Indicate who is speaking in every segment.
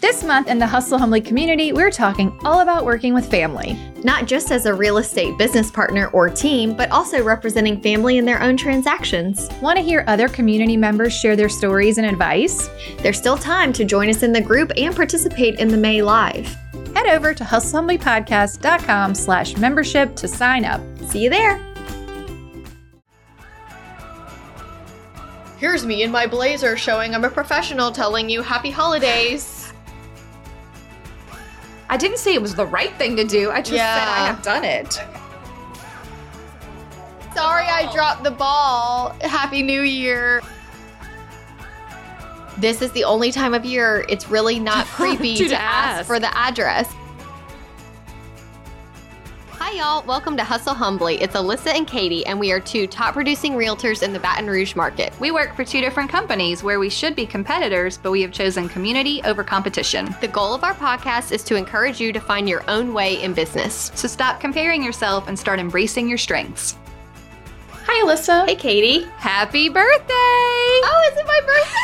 Speaker 1: This month in the Hustle Humbly community, we're talking all about working with family.
Speaker 2: Not just as a real estate business partner or team, but also representing family in their own transactions.
Speaker 1: Want to hear other community members share their stories and advice?
Speaker 2: There's still time to join us in the group and participate in the May Live.
Speaker 1: Head over to hustlehumblypodcast.com slash membership to sign up.
Speaker 2: See you there.
Speaker 3: Here's me in my blazer showing I'm a professional telling you happy holidays.
Speaker 4: I didn't say it was the right thing to do. I just said I
Speaker 3: Yeah.
Speaker 4: have done it.
Speaker 3: Sorry I dropped the ball. Happy New Year.
Speaker 2: This is the only time of year it's really not creepy
Speaker 4: To
Speaker 2: to, ask.
Speaker 4: ask.
Speaker 2: for the address. Hi, y'all. Welcome to Hustle Humbly. It's Alyssa and Katie, and we are two top producing realtors in the Baton Rouge market.
Speaker 4: We work for two different companies where we should be competitors, but we have chosen community over competition.
Speaker 2: The goal of our podcast is to encourage you to find your own way in business.
Speaker 4: So stop comparing yourself and start embracing your strengths.
Speaker 1: Hi, Alyssa.
Speaker 2: Hey, Katie.
Speaker 4: Happy birthday!
Speaker 2: Oh, is it my birthday?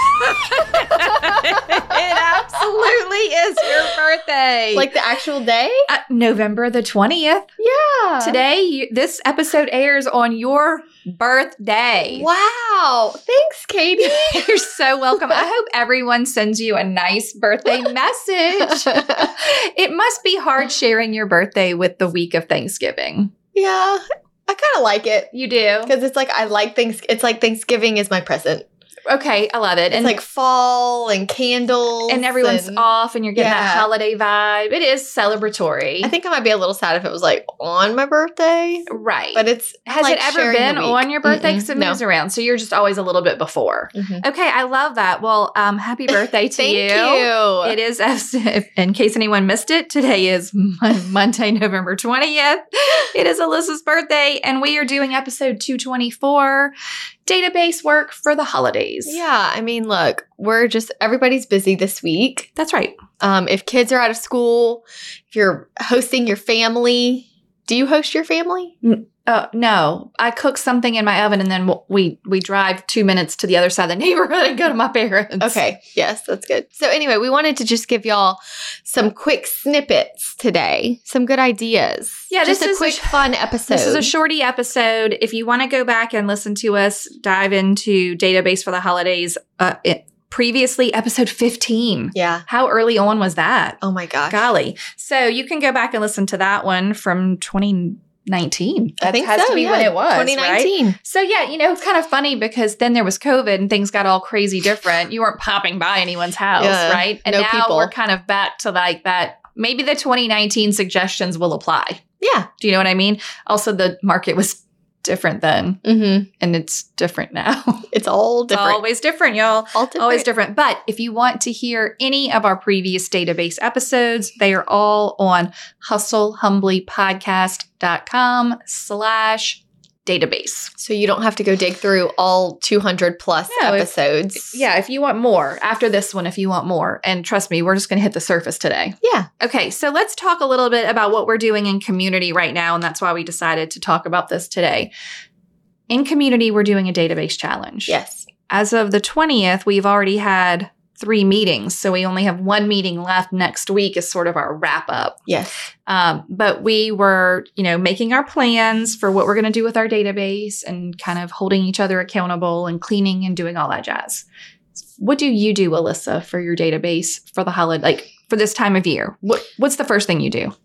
Speaker 4: it absolutely is your birthday.
Speaker 3: Like the actual day?
Speaker 4: Uh, November the 20th.
Speaker 3: Yeah.
Speaker 4: Today, you, this episode airs on your birthday.
Speaker 3: Wow. Thanks, Katie.
Speaker 4: You're so welcome. I hope everyone sends you a nice birthday message. it must be hard sharing your birthday with the week of Thanksgiving.
Speaker 3: yeah. I kind of like it
Speaker 4: You do.
Speaker 3: because it's like I like things. It's like Thanksgiving is my present.
Speaker 4: Okay, I love it.
Speaker 3: It's like fall and candles.
Speaker 4: and everyone's
Speaker 3: and-
Speaker 4: off and you're getting that
Speaker 3: Yeah.
Speaker 4: holiday vibe. It is celebratory.
Speaker 3: I think I might be a little sad if it was like on my birthday,
Speaker 4: right.
Speaker 3: but it's
Speaker 4: Has
Speaker 3: like
Speaker 4: it ever
Speaker 3: sharing the
Speaker 4: been
Speaker 3: week.
Speaker 4: on your birthday? Because it
Speaker 3: Mm-mm, no.
Speaker 4: moves around. So you're just always a little bit before.
Speaker 3: Mhm.
Speaker 4: Okay, I love that. Well, um, happy birthday to
Speaker 3: Thank
Speaker 4: It is, as- in case anyone missed it, today is Mon- Monday, November 20th. It is Alyssa's birthday, and we are doing episode 224 database work for the holidays.
Speaker 3: Yeah, I mean, look, we're just everybody's busy this week.
Speaker 4: That's right.
Speaker 3: Um, if kids are out of school, if you're hosting your family, do you host your family?
Speaker 4: Uh, no, I cook something in my oven, and then w- we we drive two minutes to the other side of the neighborhood and go to my parents.
Speaker 3: Okay, yes, that's good. So anyway, we wanted to just give y'all some quick snippets today, some good ideas.
Speaker 4: Yeah,
Speaker 3: just
Speaker 4: this
Speaker 3: a
Speaker 4: is a
Speaker 3: quick
Speaker 4: sh-
Speaker 3: fun episode.
Speaker 4: This is a shorty episode. If you want to go back and listen to us dive into database for the holidays, uh, it, previously episode fifteen.
Speaker 3: yeah.
Speaker 4: How early on was that?
Speaker 3: Oh my gosh.
Speaker 4: Golly. So you can go back and listen to that one from 2019.
Speaker 3: I
Speaker 4: That
Speaker 3: think
Speaker 4: has
Speaker 3: so,
Speaker 4: to be
Speaker 3: yeah.
Speaker 4: when it was. 2019.
Speaker 3: 2019.
Speaker 4: So yeah, you know, kind of funny because then there was COVID and things got all crazy different. You weren't popping by anyone's house,
Speaker 3: Yeah,
Speaker 4: right? And
Speaker 3: no
Speaker 4: now
Speaker 3: people.
Speaker 4: we're kind of back to like that. Maybe the 2019 suggestions will apply.
Speaker 3: Yeah.
Speaker 4: Do you know what I mean? Also, the market was different then
Speaker 3: Mm-hmm.
Speaker 4: and it's different now.
Speaker 3: It's all
Speaker 4: It's
Speaker 3: different.
Speaker 4: always different, y'all.
Speaker 3: all different.
Speaker 4: Always different. But if you want to hear any of our previous database episodes, they are all on hustlehumblypodcast.com slash database.
Speaker 3: So you don't have to go dig through all 200 plus
Speaker 4: No, it's-
Speaker 3: episodes.
Speaker 4: Yeah, if you want more after this one, if you want more. And trust me, we're just going to hit the surface today.
Speaker 3: Yeah.
Speaker 4: Okay, so let's talk a little bit about what we're doing in community right now. And that's why we decided to talk about this today. In community, we're doing a database challenge.
Speaker 3: Yes.
Speaker 4: as of the 20th, we've already had three meetings. So we only have one meeting left next week as sort of our wrap up.
Speaker 3: Yes.
Speaker 4: Um, but we were, you know, making our plans for what we're going to do with our database and kind of holding each other accountable and cleaning and doing all that jazz. What do you do, Alyssa, for your database for the holiday, like for this time of year? What, what's the first thing you do?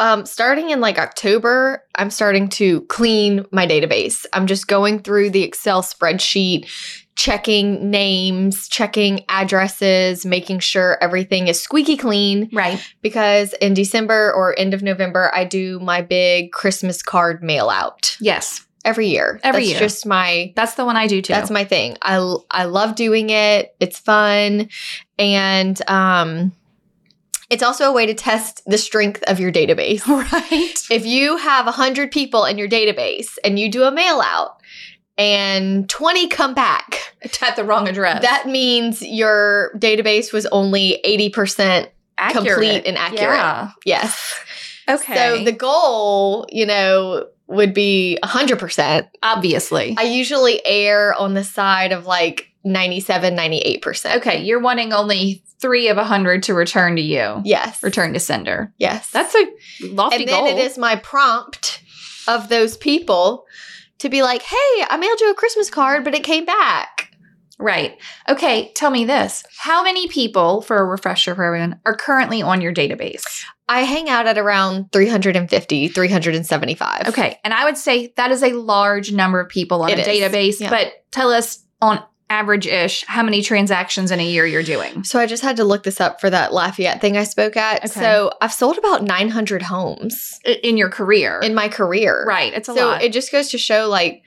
Speaker 3: Um, starting in like October, I'm starting to clean my database. I'm just going through the Excel spreadsheet, checking names, checking addresses, making sure everything is squeaky clean.
Speaker 4: Right.
Speaker 3: Because in December or end of November, I do my big Christmas card mail out
Speaker 4: Yes.
Speaker 3: every year.
Speaker 4: Every
Speaker 3: That's
Speaker 4: year.
Speaker 3: just my
Speaker 4: That's the one I do too.
Speaker 3: That's my thing. I l- I love doing it. It's fun, and um, it's also a way to test the strength of your database.
Speaker 4: right.
Speaker 3: If you have hundred people in your database and you do a mail out, and twenty come back,
Speaker 4: At the wrong address.
Speaker 3: that means your database was only eighty percent complete and accurate.
Speaker 4: Yeah.
Speaker 3: Yes.
Speaker 4: Okay.
Speaker 3: So the goal, you know, would be hundred percent.
Speaker 4: obviously.
Speaker 3: I usually err on the side of like 97, 98%.
Speaker 4: Okay, you're wanting only three of a hundred to return to you.
Speaker 3: Yes.
Speaker 4: Return to sender.
Speaker 3: Yes.
Speaker 4: That's a lofty
Speaker 3: and then
Speaker 4: goal.
Speaker 3: it is my prompt of those people to be like, hey, I mailed you a Christmas card, but it came back.
Speaker 4: Right. Okay, tell me this. How many people, for a refresher for everyone, are currently on your database?
Speaker 3: I hang out at around 350, 375.
Speaker 4: Okay, and I would say that is a large number of people on
Speaker 3: It
Speaker 4: a
Speaker 3: is,
Speaker 4: database,
Speaker 3: yeah.
Speaker 4: but tell us on average ish how many transactions in a year you're doing.
Speaker 3: So I just had to look this up for that Lafayette thing I spoke at.
Speaker 4: Okay.
Speaker 3: So I've sold about 900 homes
Speaker 4: I- In your career.
Speaker 3: in my career.
Speaker 4: right, it's a
Speaker 3: so
Speaker 4: lot.
Speaker 3: it just goes to show like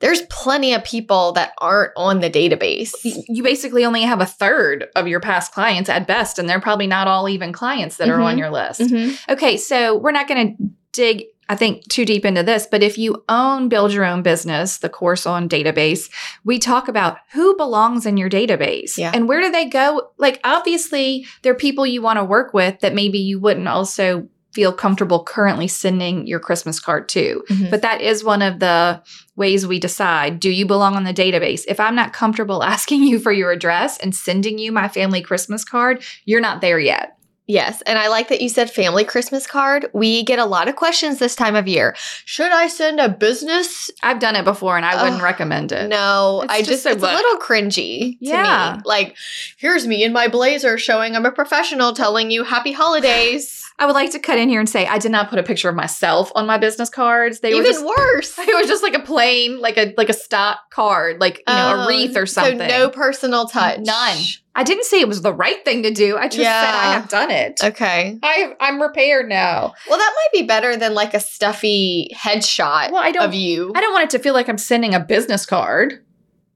Speaker 3: there's plenty of people that aren't on the database.
Speaker 4: Y- you basically only have a third of your past clients at best, and they're probably not all even clients that are on
Speaker 3: Mhm.
Speaker 4: your list.
Speaker 3: Mhm.
Speaker 4: Okay, so we're not going to dig, I think, too deep into this, but if you own Build Your Own Business, the course on database, we talk about who belongs in your database
Speaker 3: Yeah.
Speaker 4: and where do they go. Like, obviously, there are people you want to work with that maybe you wouldn't also feel comfortable currently sending your Christmas card to.
Speaker 3: Mhm.
Speaker 4: But that is one of the ways we decide do you belong on the database? If I'm not comfortable asking you for your address and sending you my family Christmas card, you're not there yet.
Speaker 3: Yes. And I like that you said family Christmas card. We get a lot of questions this time of year. Should I send a business?
Speaker 4: I've done it before and I wouldn't
Speaker 3: Ugh,
Speaker 4: recommend it.
Speaker 3: No,
Speaker 4: It's
Speaker 3: I
Speaker 4: just
Speaker 3: just,
Speaker 4: so
Speaker 3: it's
Speaker 4: much.
Speaker 3: a little cringy to
Speaker 4: Yeah.
Speaker 3: me. Like, here's me in my blazer showing I'm a professional telling you happy holidays.
Speaker 4: I would like to cut in here and say I did not put a picture of myself on my business cards. They
Speaker 3: Even
Speaker 4: were just
Speaker 3: worse.
Speaker 4: it was just like a plain, like a like a stock card, like you know,
Speaker 3: Oh,
Speaker 4: a wreath or something.
Speaker 3: So no personal touch.
Speaker 4: None. I didn't say it was the right thing to do. I just said I
Speaker 3: Yeah.
Speaker 4: have done it.
Speaker 3: Okay.
Speaker 4: I I'm prepared now.
Speaker 3: Well, that might be better than like a stuffy headshot
Speaker 4: Well, I don't
Speaker 3: of you.
Speaker 4: I don't want it to feel like I'm sending a business card,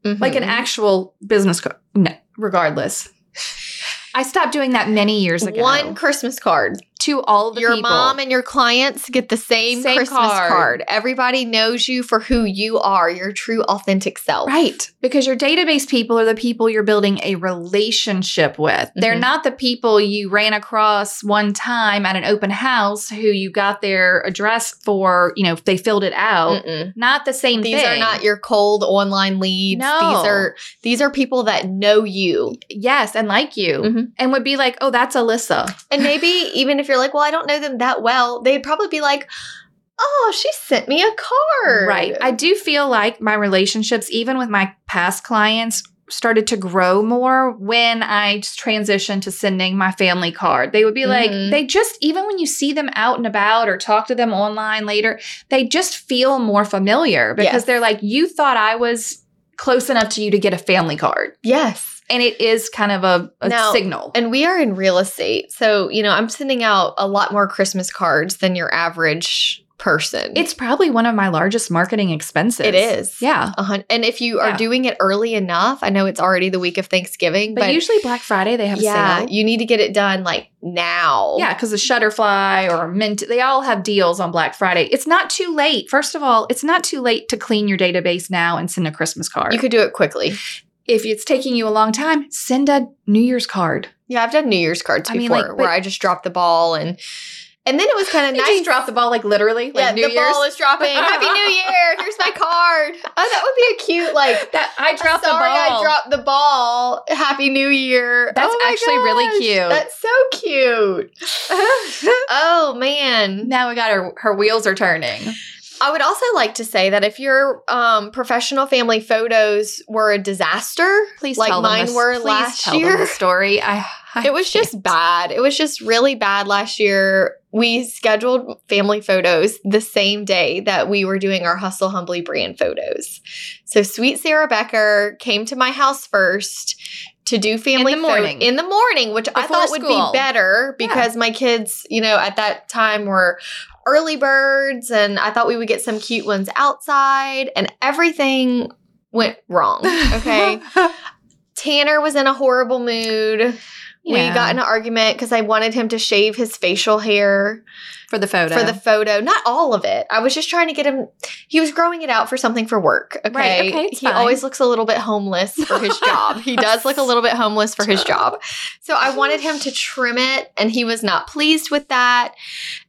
Speaker 4: like an
Speaker 3: Mhm.
Speaker 4: actual business card. No, regardless. I stopped doing that many years ago.
Speaker 3: one Christmas card.
Speaker 4: to all the
Speaker 3: your
Speaker 4: people.
Speaker 3: mom and your clients get the same,
Speaker 4: Same
Speaker 3: Christmas
Speaker 4: card.
Speaker 3: card. Everybody knows you for who you are, your true authentic self.
Speaker 4: Right. Because your database people are the people you're building a relationship with. They're
Speaker 3: Mhm.
Speaker 4: not the people you ran across one time at an open house who you got their address for, you know, they filled it out.
Speaker 3: Mm-mm.
Speaker 4: Not the same
Speaker 3: Mm. These
Speaker 4: thing.
Speaker 3: are not your cold online leads.
Speaker 4: No.
Speaker 3: These are these are people that know you.
Speaker 4: Yes, and like you.
Speaker 3: Mhm.
Speaker 4: And would be like, oh, that's Alyssa.
Speaker 3: And maybe even if you're like, well, I don't know them that well, they'd probably be like, oh, she sent me a card.
Speaker 4: Right. I do feel like my relationships, even with my past clients, started to grow more when I just transitioned to sending my family card. They would be like,
Speaker 3: Mhm.
Speaker 4: they just, even when you see them out and about or talk to them online later, they just feel more familiar because
Speaker 3: Yes.
Speaker 4: they're like, you thought I was close enough to you to get a family card.
Speaker 3: yes.
Speaker 4: And it is kind of a, a
Speaker 3: Now-
Speaker 4: signal.
Speaker 3: And we are in real estate. So, you know, I'm sending out a lot more Christmas cards than your average person.
Speaker 4: it's probably one of my largest marketing expenses.
Speaker 3: it is.
Speaker 4: Yeah.
Speaker 3: A hun- And if you are
Speaker 4: Yeah.
Speaker 3: doing it early enough, I know it's already the week of Thanksgiving,
Speaker 4: But,
Speaker 3: but,
Speaker 4: usually Black Friday, they have a sale.
Speaker 3: yeah, you need to get it done like now.
Speaker 4: Yeah, because the Shutterfly or Mint, they all have deals on Black Friday. It's not too late. First of all, it's not too late to clean your database now and send a Christmas card.
Speaker 3: You could do it quickly.
Speaker 4: if it's taking you a long time, send a New Year's card.
Speaker 3: Yeah, I've done New Year's cards
Speaker 4: I
Speaker 3: before
Speaker 4: mean, like,
Speaker 3: where
Speaker 4: but-
Speaker 3: I just dropped the ball and and then it was kind of nice.
Speaker 4: the ball, like literally,
Speaker 3: yeah, the ball is dropping. Happy New Year. Here's my card. Oh, that would be a cute like
Speaker 4: that I dropped
Speaker 3: Sorry,
Speaker 4: the ball.
Speaker 3: I dropped the ball. Happy New Year. Oh
Speaker 4: That's
Speaker 3: my
Speaker 4: actually really cute.
Speaker 3: That's so cute. oh man.
Speaker 4: now we got her. Her wheels are turning.
Speaker 3: I would also like to say that if your um, professional family photos were a disaster,
Speaker 4: Please
Speaker 3: like
Speaker 4: tell them
Speaker 3: mine
Speaker 4: this-
Speaker 3: were
Speaker 4: please
Speaker 3: last
Speaker 4: tell them
Speaker 3: year.
Speaker 4: the story. I, I
Speaker 3: It was just bad. It was just really bad last year. We scheduled family photos the same day that we were doing our Hustle Humbly brand photos. So sweet Sarah Becker came to my house first to do family pho-
Speaker 4: morning.
Speaker 3: in the morning, which I
Speaker 4: Before
Speaker 3: thought would
Speaker 4: school.
Speaker 3: be better
Speaker 4: Yeah.
Speaker 3: because my kids, you know, at that time were early birds and I thought we would get some cute ones outside and everything went wrong. Okay. Tanner was in a horrible mood.
Speaker 4: Yeah.
Speaker 3: We got in an argument because I wanted him to shave his facial hair
Speaker 4: for the photo.
Speaker 3: for the photo. Not all of it. I was just trying to get him. He was growing it out for something for work. Okay.
Speaker 4: Right, okay, it's
Speaker 3: he
Speaker 4: fine.
Speaker 3: always looks a little bit homeless for his job. He does look a little bit homeless for his job. So I wanted him to trim it, and he was not pleased with that.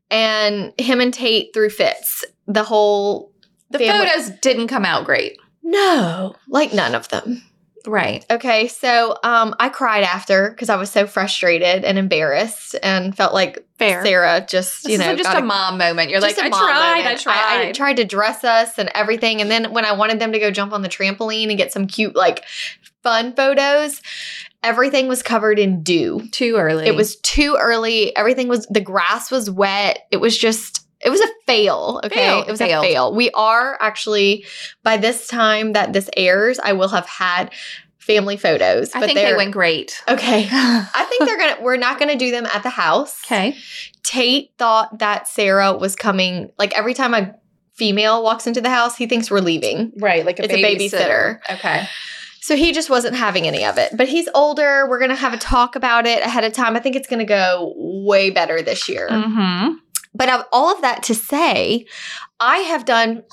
Speaker 3: And him and Tate threw fits. The whole
Speaker 4: the
Speaker 3: family-
Speaker 4: photos didn't come out great.
Speaker 3: no, like none of them.
Speaker 4: Right.
Speaker 3: Okay, so um, I cried after because I was so frustrated and embarrassed and felt like
Speaker 4: Fair.
Speaker 3: Sarah just,
Speaker 4: this
Speaker 3: you know,
Speaker 4: is just
Speaker 3: got
Speaker 4: a mom moment. You're
Speaker 3: just
Speaker 4: like,
Speaker 3: a
Speaker 4: I
Speaker 3: mom
Speaker 4: tried,
Speaker 3: moment.
Speaker 4: I tried.
Speaker 3: I, tried to dress us and everything. And then when I wanted them to go jump on the trampoline and get some cute, like, fun photos, everything was covered in dew.
Speaker 4: Too early.
Speaker 3: It was too early. Everything was, the grass was wet. It was just, it was a fail. Okay.
Speaker 4: Fail.
Speaker 3: It was
Speaker 4: Failed.
Speaker 3: a fail. We are actually, by this time that this airs, I will have had family photos.
Speaker 4: I think they
Speaker 3: they're-
Speaker 4: went great.
Speaker 3: Okay. I think they're gonna. We're not gonna do them at the house.
Speaker 4: Okay.
Speaker 3: Tate thought that Sarah was coming. Like every time a female walks into the house, he thinks we're leaving.
Speaker 4: Right. Like
Speaker 3: a It's a babysitter.
Speaker 4: Okay.
Speaker 3: So he just wasn't having any of it. But he's older. We're gonna have a talk about it ahead of time. I think it's gonna go way better this year.
Speaker 4: Mm-hmm.
Speaker 3: But of all of that to say, I have done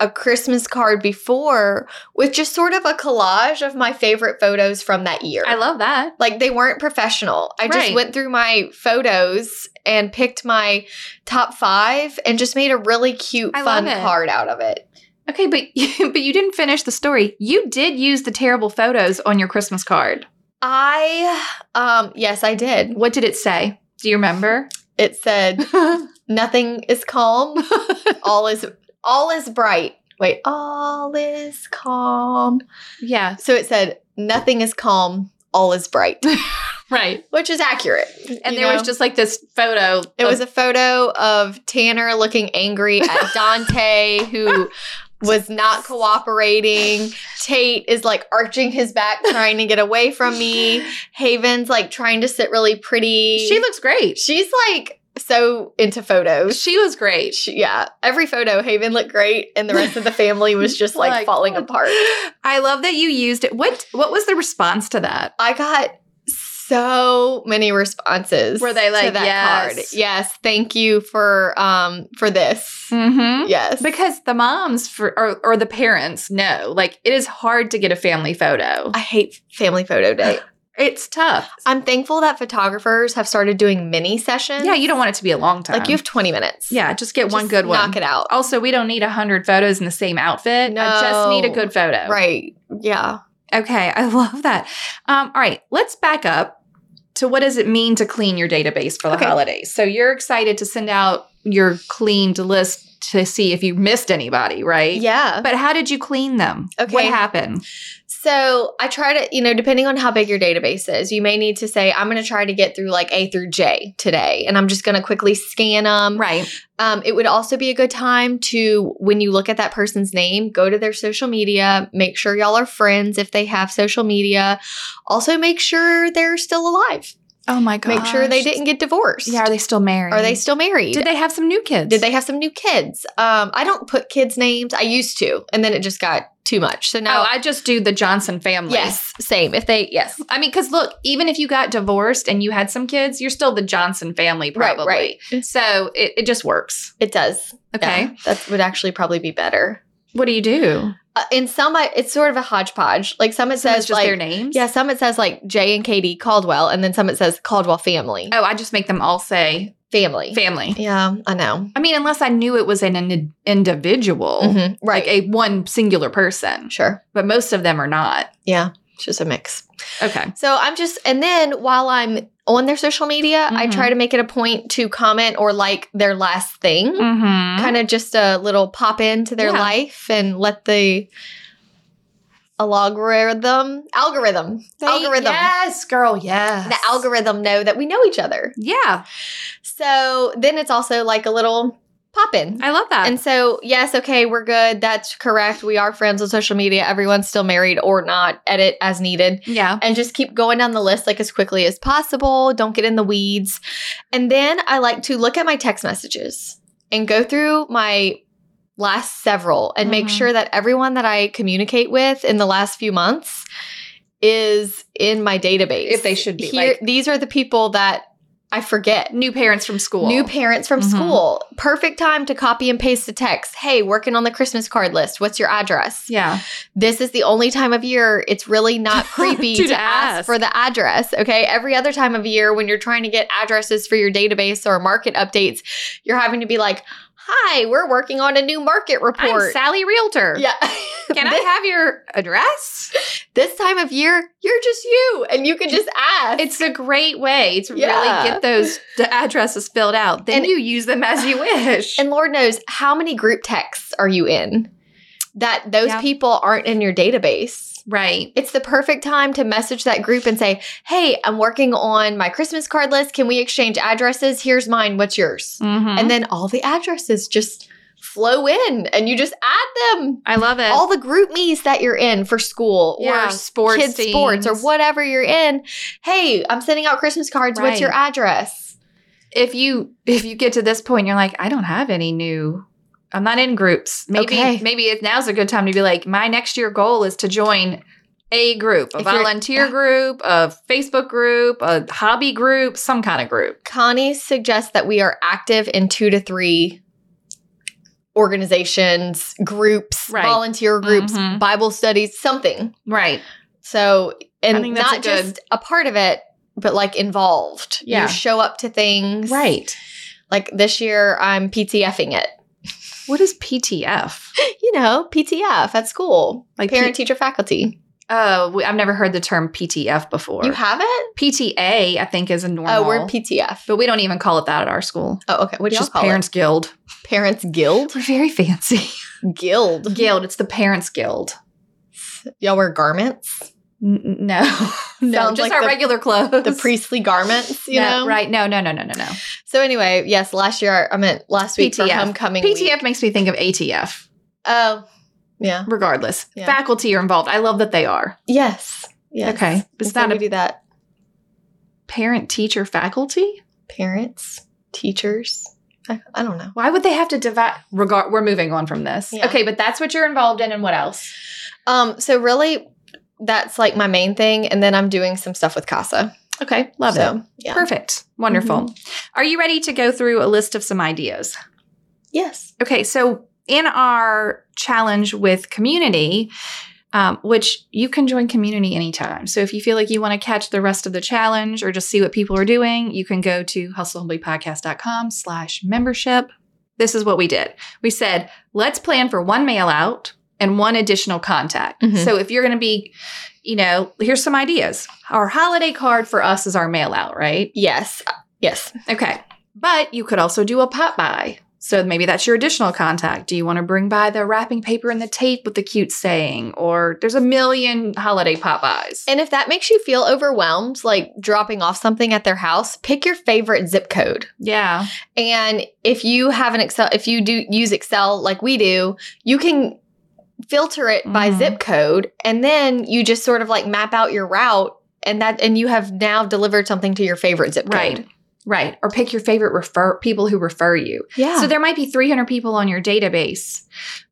Speaker 3: a Christmas card before with just sort of a collage of my favorite photos from that year.
Speaker 4: I love that.
Speaker 3: Like they weren't professional. I just
Speaker 4: Right.
Speaker 3: went through my photos and picked my top five and just made a really cute,
Speaker 4: I
Speaker 3: fun
Speaker 4: love it.
Speaker 3: card out of it.
Speaker 4: Okay, but but you didn't finish the story. You did use the terrible photos on your Christmas card.
Speaker 3: I, um, yes, I did.
Speaker 4: What did it say? Do you remember?
Speaker 3: It said, "Nothing is calm. all is all is bright." Wait, all is calm.
Speaker 4: yeah.
Speaker 3: So it said, "Nothing is calm. All is bright,"
Speaker 4: Right.
Speaker 3: which is accurate.
Speaker 4: And
Speaker 3: you
Speaker 4: there was
Speaker 3: know?
Speaker 4: just like this photo.
Speaker 3: It was a photo of Tanner looking angry at Dante, who was not cooperating. Tate is like arching his back, trying to get away from me. Haven's like trying to sit really pretty.
Speaker 4: She looks great.
Speaker 3: she's like so into photos.
Speaker 4: She was great.
Speaker 3: She, yeah, every photo Haven looked great, and the rest of the family was just like,
Speaker 4: Like-
Speaker 3: falling apart.
Speaker 4: I love that you used it. What what was the response to that?
Speaker 3: I got so many responses.
Speaker 4: Were they
Speaker 3: to
Speaker 4: like,
Speaker 3: that
Speaker 4: "Yes."
Speaker 3: card. Yes, thank you for um for this.
Speaker 4: Mm-hmm.
Speaker 3: Yes.
Speaker 4: Because the moms for or, or the parents know, like it is hard to get a family photo.
Speaker 3: I hate family photo day.
Speaker 4: It's tough.
Speaker 3: I'm thankful that photographers have started doing mini sessions.
Speaker 4: Yeah, you don't want it to be a long time.
Speaker 3: like you have 20 minutes.
Speaker 4: yeah, just get one
Speaker 3: Just
Speaker 4: good one. Oh,
Speaker 3: Knock it out.
Speaker 4: Also, we don't need a hundred photos in the same outfit. I just need a
Speaker 3: No.
Speaker 4: good photo.
Speaker 3: Right. Yeah.
Speaker 4: Okay. I love that. Um, all right. Let's back up to what does it mean to clean your database for the
Speaker 3: Okay.
Speaker 4: holidays? So you're excited to send out your cleaned list to see if you missed anybody, right?
Speaker 3: Yeah.
Speaker 4: But how did you clean them? What
Speaker 3: Okay.
Speaker 4: happened?
Speaker 3: So I try to, you know, depending on how big your database is, you may need to say, I'm going to try to get through like A through J today. And I'm just going to quickly scan them.
Speaker 4: Right.
Speaker 3: Um, it would also be a good time to, when you look at that person's name, go to their social media, make sure y'all are friends if they have social media. Also, make sure they're still alive.
Speaker 4: Oh my god.
Speaker 3: Make sure they didn't get divorced.
Speaker 4: Yeah. Are they still married?
Speaker 3: Are they still married?
Speaker 4: Did they have some new kids? Oh,
Speaker 3: Did they have some new kids? Um, I don't put kids' names. I used to, and then it just got too much. So now,
Speaker 4: No, Oh, I just do the Johnson family.
Speaker 3: yes, same. If they, yes,
Speaker 4: I mean, because look, even if you got divorced and you had some kids, you're still the Johnson family,
Speaker 3: Right,
Speaker 4: probably.
Speaker 3: right.
Speaker 4: So it, it just works.
Speaker 3: it does.
Speaker 4: Okay.
Speaker 3: Yeah, that would actually probably be better.
Speaker 4: What do you do?
Speaker 3: Uh, in some, I, it's sort of a hodgepodge. Like some, it
Speaker 4: So it's
Speaker 3: says
Speaker 4: just
Speaker 3: like
Speaker 4: their names?
Speaker 3: yeah, some it says like Jay and Katie Caldwell, and then some it says Caldwell family.
Speaker 4: Oh, I just make them all say
Speaker 3: family.
Speaker 4: family.
Speaker 3: yeah, I know.
Speaker 4: I mean, unless I knew it was an in- individual,
Speaker 3: Mhm,
Speaker 4: like
Speaker 3: Right.
Speaker 4: a one singular person,
Speaker 3: sure.
Speaker 4: but most of them are not.
Speaker 3: Yeah. It's just a mix.
Speaker 4: Okay.
Speaker 3: So I'm just, and then while I'm on their social media, I
Speaker 4: Mhm.
Speaker 3: try to make it a point to comment or like their last thing.
Speaker 4: Mm-hmm.
Speaker 3: kind of just a little pop into their
Speaker 4: Yeah.
Speaker 3: life and let the algorithm algorithm algorithm
Speaker 4: Yes, girl. Yes.
Speaker 3: the algorithm know that we know each other
Speaker 4: Yeah,
Speaker 3: so then it's also like a little pop in
Speaker 4: I love that.
Speaker 3: and so yes okay we're good that's correct we are friends on social media everyone's still married or not edit as needed
Speaker 4: yeah.
Speaker 3: and just keep going down the list like as quickly as possible. Don't get in the weeds. And then I like to look at my text messages and go through my last several and make
Speaker 4: Mhm.
Speaker 3: sure that everyone that I communicate with in the last few months is in my database.
Speaker 4: If they should be,
Speaker 3: Here,
Speaker 4: like-
Speaker 3: these are the people that I forget.
Speaker 4: New parents from school.
Speaker 3: New parents from
Speaker 4: Mhm.
Speaker 3: school. Perfect time to copy and paste the text. Hey, working on the Christmas card list. What's your address?
Speaker 4: Yeah.
Speaker 3: this is the only time of year it's really not creepy
Speaker 4: To
Speaker 3: to, ask.
Speaker 4: ask.
Speaker 3: for the address. Okay. Every other time of year when you're trying to get addresses for your database or market updates, you're having to be like, Hi, we're working on a new market
Speaker 4: I'm
Speaker 3: report.
Speaker 4: Sally Realtor.
Speaker 3: yeah.
Speaker 4: Can I
Speaker 3: This-
Speaker 4: have your address?
Speaker 3: This time of year, you're just you and you can just ask.
Speaker 4: It's a great way to
Speaker 3: Yeah.
Speaker 4: really get those the addresses filled out. Then
Speaker 3: And-
Speaker 4: you use them as you wish.
Speaker 3: And Lord knows how many group texts are you in that those
Speaker 4: Yeah.
Speaker 3: people aren't in your database.
Speaker 4: right.
Speaker 3: It's the perfect time to message that group and say, "Hey, I'm working on my Christmas card list. Can we exchange addresses? Here's mine. What's yours?"
Speaker 4: And
Speaker 3: And then all the addresses just flow in and you just add them.
Speaker 4: I love it.
Speaker 3: All the group me's that you're in for school
Speaker 4: Yeah,
Speaker 3: or
Speaker 4: sports
Speaker 3: kids sports or
Speaker 4: teams.
Speaker 3: whatever you're in. Hey, I'm sending out Christmas cards. What's your address?
Speaker 4: if you if you get to this point, you're like, I don't have any new. I'm not in groups. Maybe
Speaker 3: Okay.
Speaker 4: maybe it, now's a good time to be like, my next year goal is to join a group, a
Speaker 3: If you're-
Speaker 4: volunteer
Speaker 3: yeah.
Speaker 4: group, a Facebook group, a hobby group, some kind of group.
Speaker 3: Connie suggests that we are active in two to three organizations, groups,
Speaker 4: Right.
Speaker 3: volunteer groups,
Speaker 4: Mhm.
Speaker 3: Bible studies, something.
Speaker 4: Right.
Speaker 3: So,
Speaker 4: I
Speaker 3: and
Speaker 4: think that's
Speaker 3: not
Speaker 4: a good-
Speaker 3: just a part of it, but like involved.
Speaker 4: Yeah.
Speaker 3: You show up to things.
Speaker 4: Right.
Speaker 3: Like this year, I'm PTFing it.
Speaker 4: What is PTF?
Speaker 3: You know, PTF at school,
Speaker 4: Like P-
Speaker 3: parent, teacher, faculty.
Speaker 4: Oh, we- I've never heard the term PTF before.
Speaker 3: You haven't?
Speaker 4: PTA, I think, is a normal.
Speaker 3: Oh, we're PTF.
Speaker 4: but we don't even call it that at our school.
Speaker 3: Oh, okay. What
Speaker 4: It's
Speaker 3: do y'all
Speaker 4: just
Speaker 3: call
Speaker 4: Parents Guild.
Speaker 3: it? Parents Guild?
Speaker 4: We're very fancy.
Speaker 3: Guild.
Speaker 4: Guild. It's the Parents Guild.
Speaker 3: Y'all wear garments?
Speaker 4: N- n- no, no,
Speaker 3: Sounds
Speaker 4: just
Speaker 3: like
Speaker 4: our
Speaker 3: the-
Speaker 4: regular clothes.
Speaker 3: The priestly garments, you
Speaker 4: No,
Speaker 3: know?
Speaker 4: right? No, no, no, no, no, no.
Speaker 3: So anyway, yes, last year, I meant last week for
Speaker 4: PTF.
Speaker 3: homecoming
Speaker 4: PTF
Speaker 3: week.
Speaker 4: makes me think of ATF.
Speaker 3: Oh, yeah.
Speaker 4: Regardless,
Speaker 3: Yeah.
Speaker 4: faculty are involved. I love that they are.
Speaker 3: Yes. Yes.
Speaker 4: Okay, but it's
Speaker 3: So
Speaker 4: not
Speaker 3: we
Speaker 4: a
Speaker 3: do that.
Speaker 4: parent teacher faculty.
Speaker 3: parents, teachers. I, I don't know.
Speaker 4: Why would they have to divide? Regard. We're moving on from this.
Speaker 3: Yeah.
Speaker 4: Okay, but that's what you're involved in, and what else?
Speaker 3: Um, so really, that's like my main thing, and then I'm doing some stuff with Casa.
Speaker 4: Okay, love it.
Speaker 3: so, Mm-hmm. Yeah.
Speaker 4: Perfect. Wonderful. Are you ready to go through a list of some ideas?
Speaker 3: Yes.
Speaker 4: Okay, so in our challenge with community, um, which you can join community anytime. So if you feel like you want to catch the rest of the challenge or just see what people are doing, you can go to hustlehumblypodcast.com slash membership. This is what we did. We said, let's plan for one mail out and one additional contact.
Speaker 3: Mhm.
Speaker 4: So if you're going to be, you know, here's some ideas. Our holiday card for us is our mail out, right?
Speaker 3: Yes. Uh, Yes.
Speaker 4: Okay. But you could also do a pop by. So maybe that's your additional contact. Do you want to bring by the wrapping paper and the tape with the cute saying? Or there's a million holiday pop buys.
Speaker 3: And if that makes you feel overwhelmed, like dropping off something at their house, pick your favorite zip code.
Speaker 4: Yeah.
Speaker 3: And if you have an Excel, if you do use Excel like we do, you can filter it by
Speaker 4: Mhm.
Speaker 3: zip code, and then you just sort of like map out your route, and that and you have now delivered something to your favorite zip code.
Speaker 4: Right. Right. Or pick your favorite refer people who refer you.
Speaker 3: Yeah.
Speaker 4: So there might be 300 people on your database,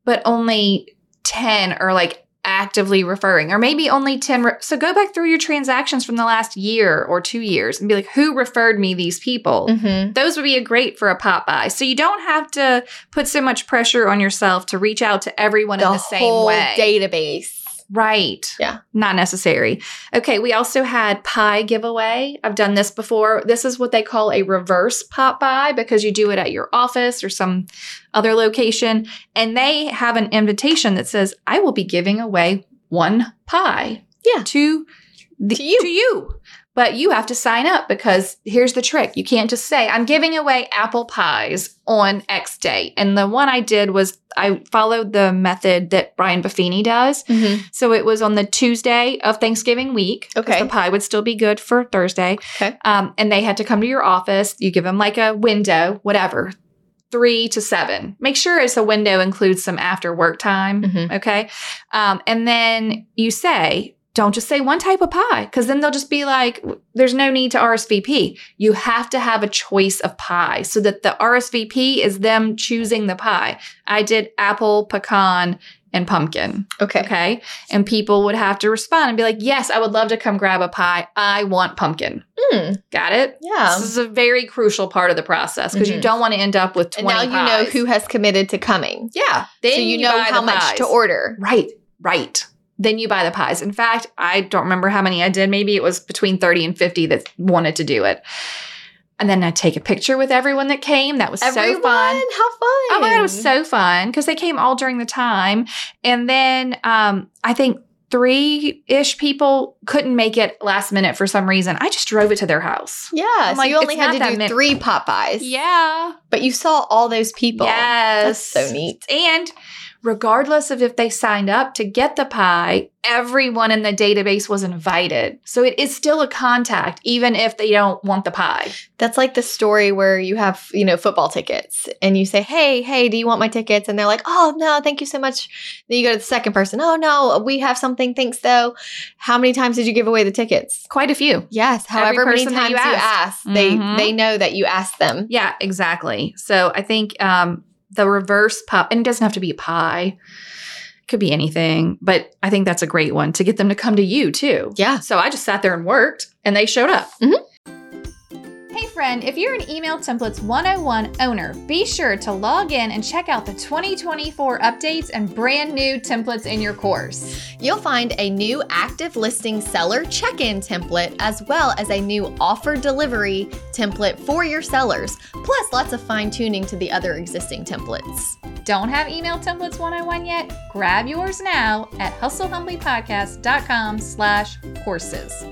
Speaker 4: but only 10 are like actively referring, or maybe only 10. Re- so go back through your transactions from the last year or two years and be like, who referred me these people?
Speaker 3: Mm-hmm.
Speaker 4: those would be a great for a pop by. So you don't have to put so much pressure on yourself to reach out to everyone in the same
Speaker 3: whole
Speaker 4: way.
Speaker 3: database.
Speaker 4: Right.
Speaker 3: Yeah.
Speaker 4: Not necessary. Okay. We also had pie giveaway. I've done this before. This is what they call a reverse pop by because you do it at your office or some other location. And they have an invitation that says, I will be giving away one pie.
Speaker 3: Yeah.
Speaker 4: To, the,
Speaker 3: To you.
Speaker 4: To you. But you have to sign up because here's the trick. You can't just say, I'm giving away apple pies on X day. And the one I did was I followed the method that Brian Buffini does.
Speaker 3: Mm-hmm.
Speaker 4: So it was on the Tuesday of Thanksgiving week. 'cause
Speaker 3: Okay.
Speaker 4: The pie would still be good for Thursday.
Speaker 3: Okay.
Speaker 4: Um, and they had to come to your office. You give them like a window, whatever, three to seven. Make sure it's a window includes some after work time.
Speaker 3: Mhm.
Speaker 4: Okay. Um, and then you say, don't just say one type of pie because then they'll just be like, w- there's no need to RSVP. You have to have a choice of pie so that the RSVP is them choosing the pie. I did apple, pecan, and pumpkin.
Speaker 3: Okay.
Speaker 4: Okay. And people would have to respond and be like, yes, I would love to come grab a pie. I want pumpkin.
Speaker 3: Hmm.
Speaker 4: Got it?
Speaker 3: Yeah.
Speaker 4: this is a very crucial part of the process because you
Speaker 3: Mhm.
Speaker 4: don't want to end up with 20
Speaker 3: And now you know
Speaker 4: pies.
Speaker 3: who has committed to coming.
Speaker 4: Yeah. Then
Speaker 3: so you, know
Speaker 4: buy the
Speaker 3: how much
Speaker 4: pies.
Speaker 3: to order.
Speaker 4: Right. Right. Then you buy the pies. In fact, I don't remember how many I did. Maybe it was between 30 and 50 that wanted to do it. And then I take a picture with everyone that came. That was so
Speaker 3: Everyone,
Speaker 4: fun.
Speaker 3: How fun.
Speaker 4: Oh my god, it was so fun because they came all during the time, and then um, I think three ish people couldn't make it last minute for some reason. I just drove it to their house.
Speaker 3: Yeah. so
Speaker 4: like,
Speaker 3: you only
Speaker 4: it's
Speaker 3: had
Speaker 4: not that
Speaker 3: to do
Speaker 4: many-
Speaker 3: three Popeyes.
Speaker 4: Yeah,
Speaker 3: But you saw all those people. That's
Speaker 4: yes,
Speaker 3: so neat.
Speaker 4: And regardless of if they signed up to get the pie, everyone in the database was invited, so it is still a contact, even if they don't want the pie.
Speaker 3: That's like the story where you have, you know, football tickets and you say, Hey, hey, do you want my tickets? And they're like, Oh, no, thank you so much. Then you go to the second person, Oh, no, we have something. Thanks, though. How many times did you give away the tickets?
Speaker 4: Quite a few.
Speaker 3: Yes.
Speaker 4: Every
Speaker 3: However many
Speaker 4: person that
Speaker 3: times
Speaker 4: you
Speaker 3: you ask,
Speaker 4: asked. Mhm.
Speaker 3: they, they know that you asked them.
Speaker 4: Yeah, exactly. So I think um, the reverse pop, and it doesn't have to be a pie, it could be anything, but I think that's a great one to get them to come to you too.
Speaker 3: Yeah.
Speaker 4: So I just sat there and worked, and they showed up.
Speaker 1: Hey friend, if you're an Email Templates 101 owner, be sure to log in and check out the 2024 updates and brand new templates in your course.
Speaker 3: You'll find a new active listing seller check in template as well as a new offer delivery template for your sellers, plus lots of fine tuning to the other existing templates.
Speaker 1: Don't have Email Templates 101 yet? Grab yours now at hustlehumblypodcast.com slash courses.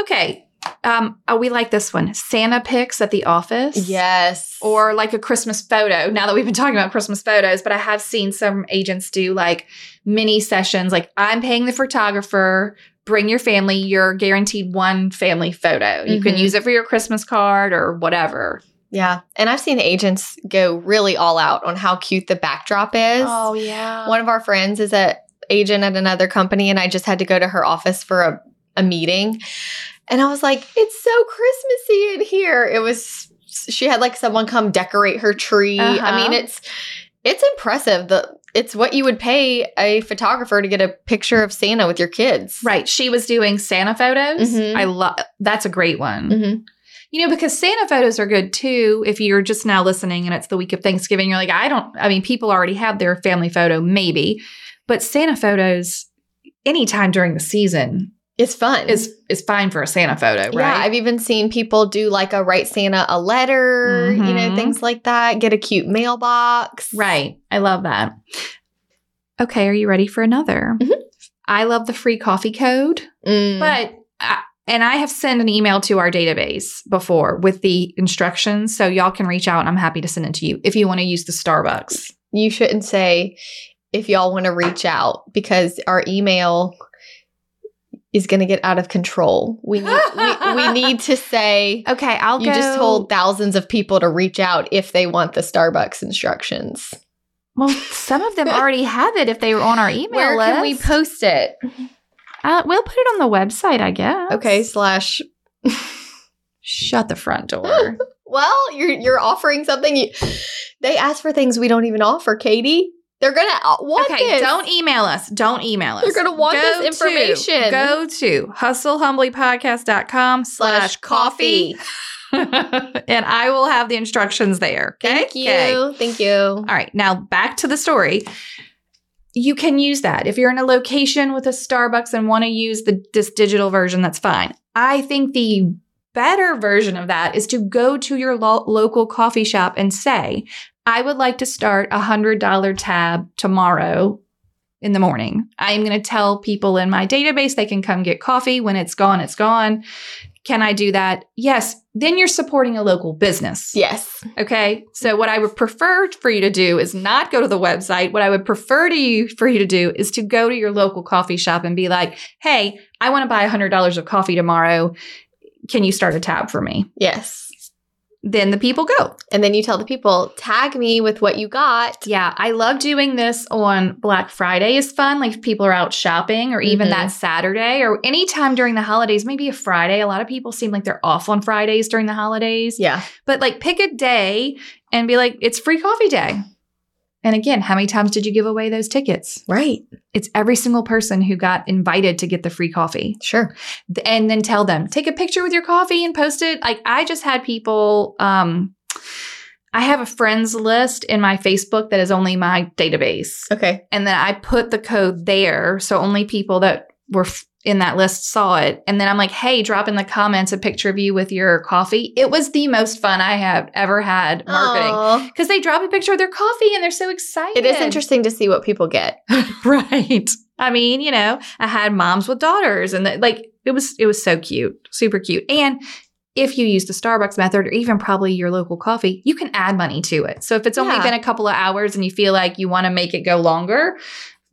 Speaker 4: Okay. Um, oh, we like this one Santa pics at the office.
Speaker 3: Yes.
Speaker 4: Or like a Christmas photo. Now that we've been talking about Christmas photos, but I have seen some agents do like mini sessions. Like I'm paying the photographer. Bring your family. You're guaranteed one family photo. You can
Speaker 1: Mm-hmm.
Speaker 3: Mhm.
Speaker 4: use it for your Christmas card or whatever.
Speaker 3: yeah. And I've seen agents go really all out on how cute the backdrop is.
Speaker 4: Oh, yeah.
Speaker 3: One of our friends is a agent at another company, and I just had to go to her office for a, a meeting. And I was like, it's so Christmassy in here. It was she had like someone come decorate her tree. I
Speaker 4: Uh-huh.
Speaker 3: mean, it's it's impressive. The it's what you would pay a photographer to get a picture of Santa with your kids.
Speaker 4: Right. She was doing Santa photos.
Speaker 3: Mhm.
Speaker 4: I love. That's a great one.
Speaker 3: Mhm.
Speaker 4: You know, because Santa photos are good too. If you're just now listening and it's the week of Thanksgiving, you're like, I don't, I mean, people already have their family photo, maybe, but Santa photos anytime during the season
Speaker 3: It's fun.
Speaker 4: is is fine for a Santa photo,
Speaker 3: Yeah,
Speaker 4: right?
Speaker 3: I've even seen people do like a write Santa a letter, you know,
Speaker 4: Mhm.
Speaker 3: things like that. Get a cute mailbox.
Speaker 4: right. I love that. Okay. Are you ready for another?
Speaker 3: Mhm.
Speaker 4: I love the free coffee code.
Speaker 3: Mm.
Speaker 4: But I, and I have sent an email to our database before with the instructions, so y'all can reach out. and I'm happy to send it to you if you want to use the Starbucks.
Speaker 3: you shouldn't say if y'all want to reach out because our email is going to get out of control. We need, we, we need to say
Speaker 4: Okay, I'll
Speaker 3: you just told thousands of people to reach out if they want the Starbucks instructions.
Speaker 4: Well, some of them already have it if they were on our email
Speaker 3: Where
Speaker 4: list.
Speaker 3: can we post it?
Speaker 4: uh, we'll put it on the website, I guess.
Speaker 3: Okay, slash.
Speaker 4: Shut the front door.
Speaker 3: Well, you're you're offering something. You, they ask for things we don't even offer, Katie. They're gonna uh, want
Speaker 4: okay,
Speaker 3: this.
Speaker 4: don't email us. Don't email us.
Speaker 3: They're gonna want this
Speaker 4: to-
Speaker 3: information.
Speaker 4: go to hustlehumblypodcast.com slash coffee. and I will have the instructions there. Okay?
Speaker 3: Thank you.
Speaker 4: Okay.
Speaker 3: Thank you.
Speaker 4: All right, now back to the story. You can use that. If you're in a location with a Starbucks and want to use the this digital version, that's fine. I think the better version of that is to go to your lo- local coffee shop and say, "I would like to start a $100 tab tomorrow in the morning. I'm going to tell people in my database they can come get coffee. When it's gone, it's gone. Can I do that?" Yes. Then you're supporting a local business.
Speaker 3: Yes.
Speaker 4: Okay. So what I would prefer for you to do is not go to the website. What I would prefer to you for you to do is to go to your local coffee shop and be like, "Hey, I want to buy $100 of coffee tomorrow. Can you start a tab for me?"
Speaker 3: Yes.
Speaker 4: Then the people go.
Speaker 3: And then you tell the people, tag me with what you got.
Speaker 4: Yeah, I love doing this on Black Friday is fun. Like if people are out shopping or even
Speaker 3: Mhm.
Speaker 4: that Saturday or anytime during the holidays, maybe a Friday. A lot of people seem like they're off on Fridays during the holidays.
Speaker 3: Yeah.
Speaker 4: But like pick a day and be like, it's free coffee day. And again, how many times did you give away those tickets?
Speaker 3: Right.
Speaker 4: It's every single person who got invited to get the free coffee.
Speaker 3: Sure.
Speaker 4: Th- And then tell them, take a picture with your coffee and post it. Like I just had people, um, I have a friends list in my Facebook that is only my database.
Speaker 3: Okay.
Speaker 4: And then I put the code there. So only people that were f- in that list saw it. And then I'm like, hey, drop in the comments a picture of you with your coffee. It was the most fun I have ever had marketing
Speaker 3: Aw.
Speaker 4: because they drop a picture of their coffee and they're so excited.
Speaker 3: It is interesting to see what people get.
Speaker 4: right. I mean, you know, I had moms with daughters and the, like it was it was so cute, super cute. And if you use the Starbucks method or even probably your local coffee, you can add money to it. So if it's only
Speaker 3: Yeah.
Speaker 4: been a couple of hours and you feel like you want to make it go longer,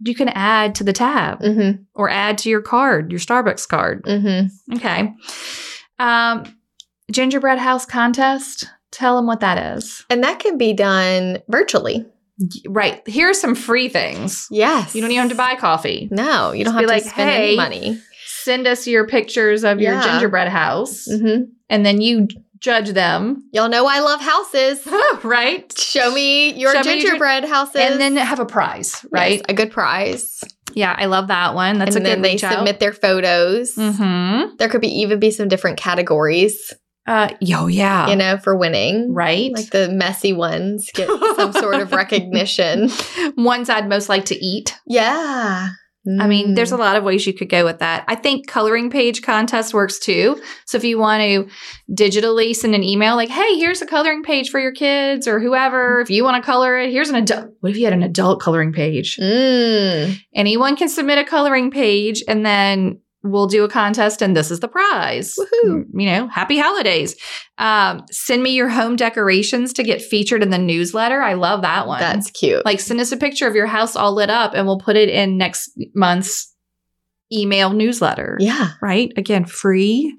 Speaker 4: you can add to the tab
Speaker 3: Mm-hmm.
Speaker 4: or add to your card, your Starbucks card.
Speaker 3: Mm-hmm.
Speaker 4: Okay. Um, gingerbread house contest. Tell them what that is.
Speaker 3: And that can be done virtually.
Speaker 4: Right. Here are some free things.
Speaker 3: Yes.
Speaker 4: You don't even have to buy coffee.
Speaker 3: No, you don't
Speaker 4: Just be
Speaker 3: have
Speaker 4: like,
Speaker 3: to spend
Speaker 4: "Hey."
Speaker 3: any money.
Speaker 4: Send us your pictures of your
Speaker 3: Yeah.
Speaker 4: gingerbread house,
Speaker 3: Mm-hmm.
Speaker 4: and then you judge them,
Speaker 3: Y'all know I love houses.
Speaker 4: right?
Speaker 3: Show me your
Speaker 4: Show me your-
Speaker 3: gingerbread houses.
Speaker 4: and then have a prize, right?
Speaker 3: Yes, a good prize.
Speaker 4: Yeah, I love that one. That's
Speaker 3: and
Speaker 4: a
Speaker 3: then
Speaker 4: good
Speaker 3: they
Speaker 4: reach out.
Speaker 3: submit their photos.
Speaker 4: Mm-hmm.
Speaker 3: There could be even be some different categories,
Speaker 4: Uh, yo, yeah,
Speaker 3: you know, for winning.
Speaker 4: right.
Speaker 3: Like the messy ones get some sort of recognition.
Speaker 4: ones I'd most like to eat.
Speaker 3: Yeah.
Speaker 4: I mean,
Speaker 3: Mm.
Speaker 4: there's a lot of ways you could go with that. I think coloring page contest works too. So if you want to digitally send an email like, "Hey, here's a coloring page for your kids or whoever. If you want to color it, here's an adult." What if you had an adult coloring page?
Speaker 3: Mm.
Speaker 4: Anyone can submit a coloring page and then we'll do a contest and this is the prize. Mm,
Speaker 3: Woohoo.
Speaker 4: You know, happy holidays. Um, send me your home decorations to get featured in the newsletter. I love that one.
Speaker 3: That's cute.
Speaker 4: Like, send us a picture of your house all lit up and we'll put it in next month's email newsletter.
Speaker 3: yeah.
Speaker 4: Right? Again, free.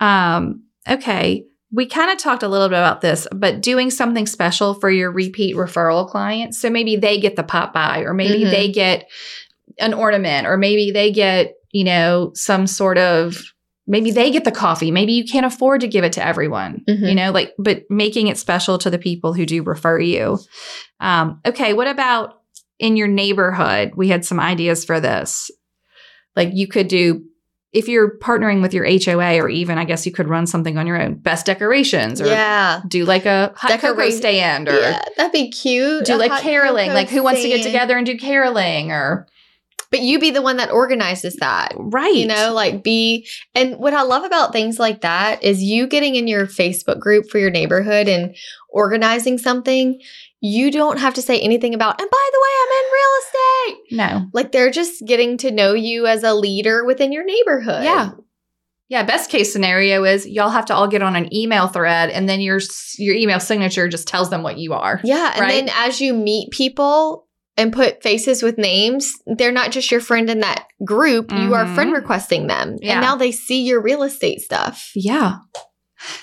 Speaker 4: Um, okay. We kind of talked a little bit about this, but doing something special for your repeat referral clients. So maybe they get the pop by, or maybe
Speaker 3: Mhm.
Speaker 4: they get an ornament, or maybe they get, you know, some sort of maybe they get the coffee. Maybe you can't afford to give it to everyone,
Speaker 3: Mhm.
Speaker 4: you know, like, but making it special to the people who do refer you. Um, okay, what about in your neighborhood? We had some ideas for this. Like you could do, if you're partnering with your HOA, or even I guess you could run something on your own, best decorations, or
Speaker 3: Yeah.
Speaker 4: do like a hot cocoa
Speaker 3: Decorate-
Speaker 4: stand, or
Speaker 3: Yeah, that'd be cute.
Speaker 4: do
Speaker 3: A
Speaker 4: like
Speaker 3: hot
Speaker 4: caroling.
Speaker 3: cocoa
Speaker 4: Like who wants to get
Speaker 3: stand.
Speaker 4: together and do caroling, or
Speaker 3: But you be the one that organizes that.
Speaker 4: right?
Speaker 3: You know, like be and what I love about things like that is you getting in your Facebook group for your neighborhood and organizing something. You don't have to say anything about, and by the way, I'm in real estate.
Speaker 4: no,
Speaker 3: Like they're just getting to know you as a leader within your neighborhood.
Speaker 4: Yeah. Yeah, best case scenario is y'all have to all get on an email thread and then your s- your email signature just tells them what you are.
Speaker 3: Yeah. And
Speaker 4: Right?
Speaker 3: then as you meet people and put faces with names, they're not just your friend in that group. You are
Speaker 4: Mhm.
Speaker 3: friend requesting them.
Speaker 4: Yeah.
Speaker 3: And now they see your real estate stuff.
Speaker 4: Yeah,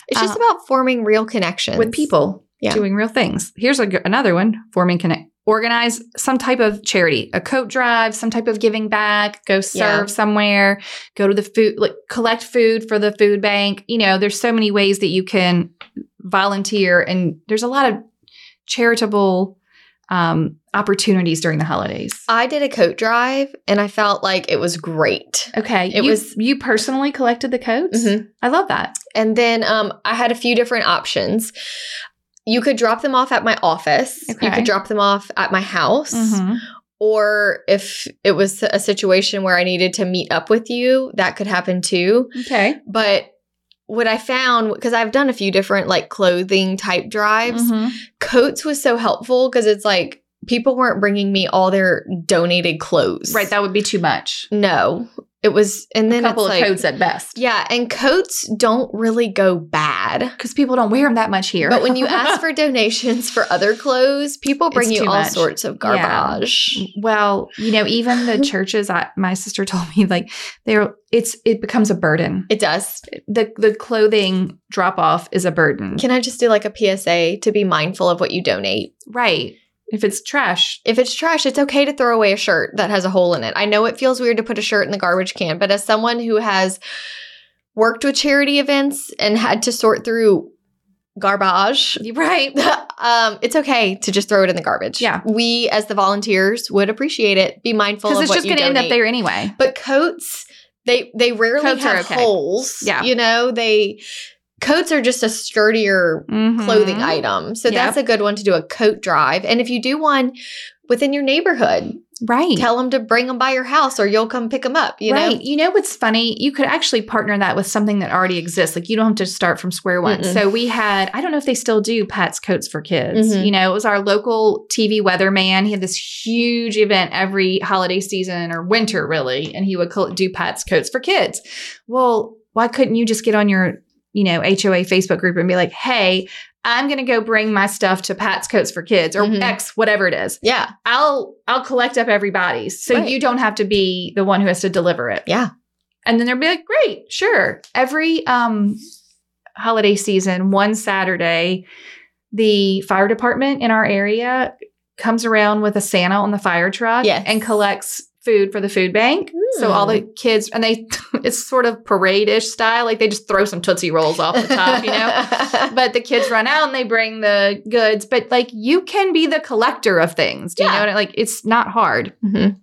Speaker 3: It's just about forming real connections
Speaker 4: Uh, with people
Speaker 3: Yeah.
Speaker 4: doing real things. Here's a, g- another one, forming connect organize some type of charity, a coat drive, some type of giving back, go serve
Speaker 3: Yeah.
Speaker 4: somewhere, go to the food like collect food for the food bank. You know, there's so many ways that you can volunteer and there's a lot of charitable um, opportunities during the holidays.
Speaker 3: I did a coat drive and I felt like it was great.
Speaker 4: Okay.
Speaker 3: It
Speaker 4: you,
Speaker 3: was-
Speaker 4: you personally collected the coats. I love that.
Speaker 3: And then um, I had a few different options. You could drop them off at my office. You
Speaker 4: Okay. Mm-hmm.
Speaker 3: could drop them off at my house. Or if it was a situation where I needed to meet up with you, that could happen too.
Speaker 4: Okay.
Speaker 3: But what I found, because I've done a few different like clothing type drives,
Speaker 4: Mm-hmm.
Speaker 3: coats was so helpful because it's like people weren't bringing me all their donated clothes.
Speaker 4: Right. That would be too much.
Speaker 3: no, it was, and
Speaker 4: A
Speaker 3: then
Speaker 4: couple
Speaker 3: it's
Speaker 4: of
Speaker 3: like,
Speaker 4: coats at best.
Speaker 3: Yeah, and coats don't really go bad.
Speaker 4: Because people don't wear them that much here.
Speaker 3: But when you ask for donations for other clothes, people bring
Speaker 4: It's
Speaker 3: you
Speaker 4: too
Speaker 3: all
Speaker 4: much.
Speaker 3: sorts of
Speaker 4: Yeah.
Speaker 3: garbage.
Speaker 4: well, you know, even the churches, I, my sister told me, like, they're, it's, it becomes a burden.
Speaker 3: It does.
Speaker 4: The, the clothing drop off is a burden.
Speaker 3: Can I just do like a PSA to be mindful of what you donate?
Speaker 4: right. If it's trash,
Speaker 3: If it's trash, it's okay to throw away a shirt that has a hole in it. I know it feels weird to put a shirt in the garbage can, but as someone who has worked with charity events and had to sort through garbage,
Speaker 4: right.
Speaker 3: um, it's okay to just throw it in the garbage.
Speaker 4: Yeah.
Speaker 3: we as the volunteers would appreciate it. Be mindful
Speaker 4: Because
Speaker 3: of
Speaker 4: it's
Speaker 3: what
Speaker 4: just
Speaker 3: you
Speaker 4: going to end up
Speaker 3: donate.
Speaker 4: there anyway.
Speaker 3: But coats, they they rarely
Speaker 4: Coats are
Speaker 3: have
Speaker 4: okay.
Speaker 3: holes.
Speaker 4: Yeah.
Speaker 3: you know they coats are just a sturdier clothing
Speaker 4: Mhm.
Speaker 3: item. So
Speaker 4: Yep.
Speaker 3: that's a good one to do a coat drive. And if you do one within your neighborhood,
Speaker 4: Right.
Speaker 3: Tell them to bring them by your house or you'll come pick them up, you
Speaker 4: right.
Speaker 3: know?
Speaker 4: You know what's funny? You could actually partner that with something that already exists. Like you don't have to start from square one.
Speaker 3: Mm-mm.
Speaker 4: So we had, I don't know if they still do Pat's Coats for Kids.
Speaker 3: Mhm.
Speaker 4: You know, it was our local TV weatherman. He had this huge event every holiday season or winter, really. And he would col- do Pat's Coats for Kids. Well, why couldn't you just get on your, you know, HOA Facebook group and be like, hey, I'm going to go bring my stuff to Pat's Coats for Kids or
Speaker 3: Mhm.
Speaker 4: X, whatever it is.
Speaker 3: Yeah.
Speaker 4: I'll I'll collect up everybody's. So
Speaker 3: Right.
Speaker 4: you don't have to be the one who has to deliver it.
Speaker 3: Yeah.
Speaker 4: And then they'll be like, great, sure. Every um holiday season, one Saturday, the fire department in our area comes around with a Santa on the fire truck
Speaker 3: Yes.
Speaker 4: and collects food for the food bank. So all the kids and they it's sort of parade-ish style. Like they just throw some Tootsie Rolls off the top, you know? but the kids run out and they bring the goods. But like you can be the collector of things. Do you
Speaker 3: Yeah.
Speaker 4: know what I like? It's not hard.
Speaker 3: Mhm.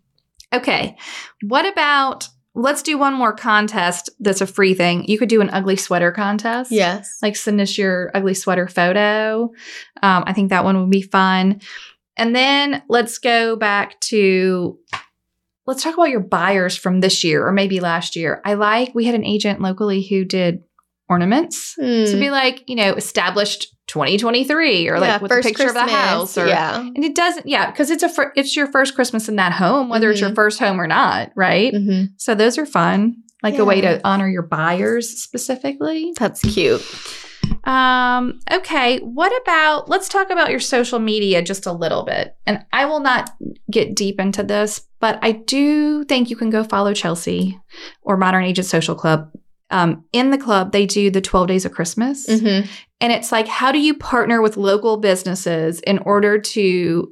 Speaker 4: Okay. What about let's do one more contest that's a free thing. You could do an ugly sweater contest.
Speaker 3: Yes.
Speaker 4: Like send us your ugly sweater photo. Um, I think that one would be fun. And then let's go back to let's talk about your buyers from this year or maybe last year. I like we had an agent locally who did ornaments to
Speaker 3: Hmm. Mm.
Speaker 4: be like you know established 2023 or like with a picture of the house or
Speaker 3: yeah.
Speaker 4: and it doesn't yeah because it's a fir- it's your first christmas in that home whether it's your
Speaker 3: Mhm.
Speaker 4: first home or not right
Speaker 3: Mhm.
Speaker 4: so those are fun like a way
Speaker 3: Yeah.
Speaker 4: to honor your buyers specifically
Speaker 3: That's cute.
Speaker 4: um okay what about let's talk about your social media just a little bit and i will not get deep into this but i do think you can go follow chelsea or modern agent social club um, in the club they do the 12 days of christmas
Speaker 3: Mhm.
Speaker 4: and it's like, how do you partner with local businesses in order to,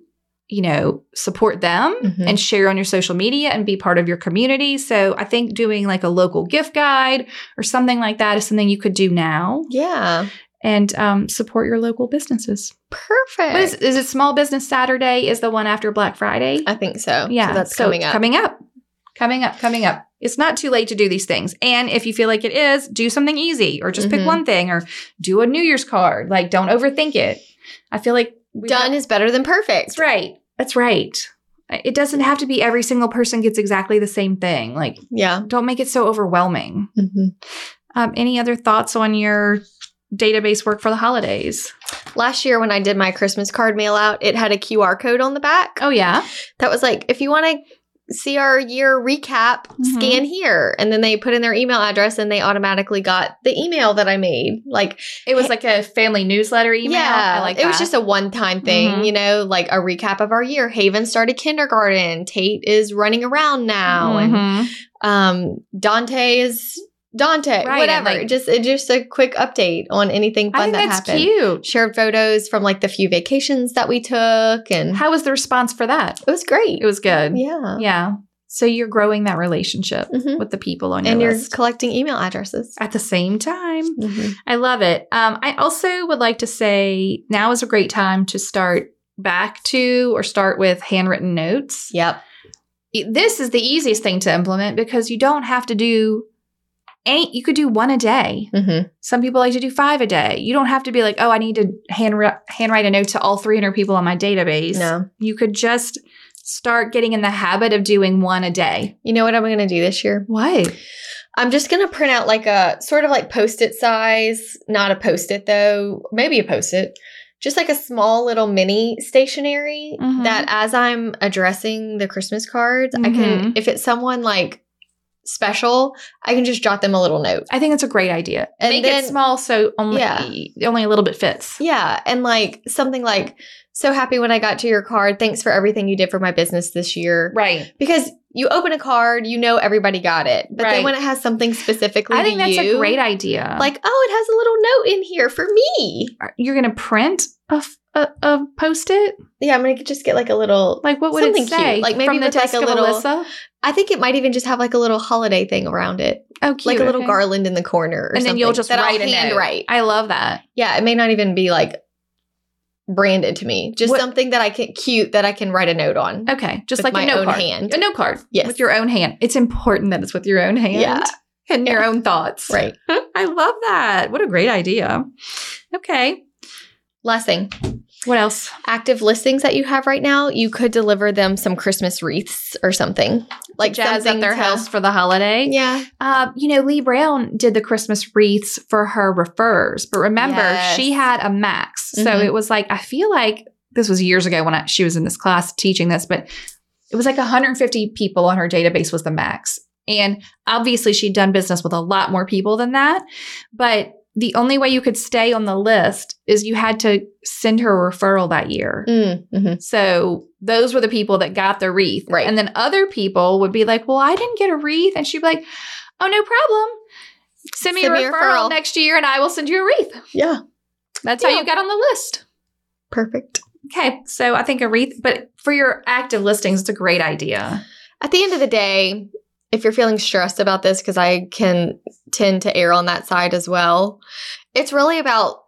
Speaker 4: you know, support them
Speaker 3: Mhm.
Speaker 4: and share on your social media and be part of your community? So I think doing like a local gift guide or something like that is something you could do now
Speaker 3: Yeah.
Speaker 4: and um, support your local businesses.
Speaker 3: Perfect.
Speaker 4: What is, is it Small Business Saturday? Is the one after Black Friday?
Speaker 3: I think so.
Speaker 4: yeah.
Speaker 3: So that's
Speaker 4: so
Speaker 3: coming up.
Speaker 4: Coming up. Coming up, coming up. It's not too late to do these things. And if you feel like it is, do something easy or just pick
Speaker 3: Mhm.
Speaker 4: one thing or do a New Year's card. Like, don't overthink it. I feel like we
Speaker 3: Done is better than perfect.
Speaker 4: That's right. That's right. It doesn't have to be every single person gets exactly the same thing. Like,
Speaker 3: Yeah.
Speaker 4: don't make it so overwhelming.
Speaker 3: Mhm.
Speaker 4: Um, any other thoughts on your database work for the holidays?
Speaker 3: Last year, when I did my Christmas card mail out, it had a QR code on the back.
Speaker 4: Oh, yeah.
Speaker 3: that was like if you want to see our year recap
Speaker 4: Mhm.
Speaker 3: scan here and then they put in their email address and they automatically got the email that i made like
Speaker 4: It was like a family newsletter email.
Speaker 3: yeah
Speaker 4: I like
Speaker 3: it was
Speaker 4: that.
Speaker 3: just a one-time thing
Speaker 4: Mhm.
Speaker 3: you know like a recap of our year haven started kindergarten tate is running around now and
Speaker 4: Mhm.
Speaker 3: um dante is dante
Speaker 4: Right, and,
Speaker 3: whatever
Speaker 4: like-
Speaker 3: just it just a quick update on anything fun
Speaker 4: I think
Speaker 3: that
Speaker 4: that's
Speaker 3: happened
Speaker 4: cute.
Speaker 3: shared photos from like the few vacations that we took and
Speaker 4: How was the response for that?
Speaker 3: it was great
Speaker 4: It was good.
Speaker 3: yeah,
Speaker 4: Yeah. So you're growing that relationship
Speaker 3: Mhm.
Speaker 4: with the people on your
Speaker 3: and you're
Speaker 4: list
Speaker 3: collecting email addresses
Speaker 4: at the same time.
Speaker 3: Mhm.
Speaker 4: I love it. Um, I also would like to say now is a great time to start back to or start with handwritten notes.
Speaker 3: Yep.
Speaker 4: E- This is the easiest thing to implement because you don't have to do any, you could do one a day.
Speaker 3: Mm-hmm.
Speaker 4: Some people like to do five a day. You don't have to be like, oh, I need to hand handwrite a note to all 300 people on my database.
Speaker 3: No.
Speaker 4: You could just start getting in the habit of doing one a day.
Speaker 3: You know what I'm going to do this year?
Speaker 4: What?
Speaker 3: I'm just going to print out like a sort of like post it size, not a post it though, maybe a post it, just like a small little mini stationery
Speaker 4: Mhm.
Speaker 3: that as I'm addressing the Christmas cards, I can, if it's someone like special, I can just jot them a little note.
Speaker 4: I think that's a great idea.
Speaker 3: And
Speaker 4: Make
Speaker 3: then-
Speaker 4: it small so only only a little bit fits.
Speaker 3: Yeah. And like something like, so happy when I got to your card. Thanks for everything you did for my business this year.
Speaker 4: Right.
Speaker 3: Because you open a card, you know everybody got it. But
Speaker 4: Right.
Speaker 3: then when it has something specifically,
Speaker 4: I think
Speaker 3: to
Speaker 4: that's a
Speaker 3: you,
Speaker 4: great idea.
Speaker 3: like, oh, it has a little note in here for me.
Speaker 4: you're gonna print a, f- a, a post it.
Speaker 3: Yeah, I'm gonna just get like a little.
Speaker 4: Like what would
Speaker 3: Something
Speaker 4: it
Speaker 3: cute.
Speaker 4: say?
Speaker 3: Like, maybe
Speaker 4: From the
Speaker 3: with, like,
Speaker 4: desk
Speaker 3: a
Speaker 4: of
Speaker 3: little-
Speaker 4: Alyssa?
Speaker 3: I think it might even just have like a little holiday thing around it,
Speaker 4: Oh, cute.
Speaker 3: like a little
Speaker 4: okay.
Speaker 3: garland in the corner, or
Speaker 4: And then
Speaker 3: something
Speaker 4: you'll just
Speaker 3: that
Speaker 4: write
Speaker 3: I'll
Speaker 4: a note.
Speaker 3: handwrite.
Speaker 4: I love that.
Speaker 3: Yeah, it may not even be like branded to me, just
Speaker 4: What-
Speaker 3: something that I can cute that I can write a note on.
Speaker 4: Okay, just
Speaker 3: With
Speaker 4: like
Speaker 3: my
Speaker 4: a note
Speaker 3: own
Speaker 4: card.
Speaker 3: hand.
Speaker 4: A note card.
Speaker 3: Yes.
Speaker 4: with your own hand. It's important that it's with your own hand.
Speaker 3: Yeah.
Speaker 4: And your own thoughts.
Speaker 3: Right.
Speaker 4: I love that. What a great idea. Okay.
Speaker 3: Last thing,
Speaker 4: What else?
Speaker 3: active listings that you have right now, you could deliver them some Christmas wreaths or something. Like
Speaker 4: Gems at
Speaker 3: something
Speaker 4: their
Speaker 3: to-
Speaker 4: house for the holiday.
Speaker 3: Yeah.
Speaker 4: Uh, you know, Lee Brown did the Christmas wreaths for her refers, but remember,
Speaker 3: Yes.
Speaker 4: she had a max. So
Speaker 3: Mhm.
Speaker 4: it was like, I feel like this was years ago when I, she was in this class teaching this, but it was like 150 people on her database was the max. And obviously, she'd done business with a lot more people than that. But the only way you could stay on the list is you had to send her a referral that year.
Speaker 3: Mm, mhm.
Speaker 4: So those were the people that got the wreath.
Speaker 3: Right.
Speaker 4: And then other people would be like, well, I didn't get a wreath. And she'd be like, oh, no problem. Send me a, referral next year and I will send you a wreath.
Speaker 3: Yeah.
Speaker 4: That's how
Speaker 3: Yeah.
Speaker 4: you got on the list.
Speaker 3: Perfect.
Speaker 4: Okay. So I think a wreath, but for your active listings, it's a great idea.
Speaker 3: At the end of the day, if you're feeling stressed about this, because I can tend to err on that side as well, it's really about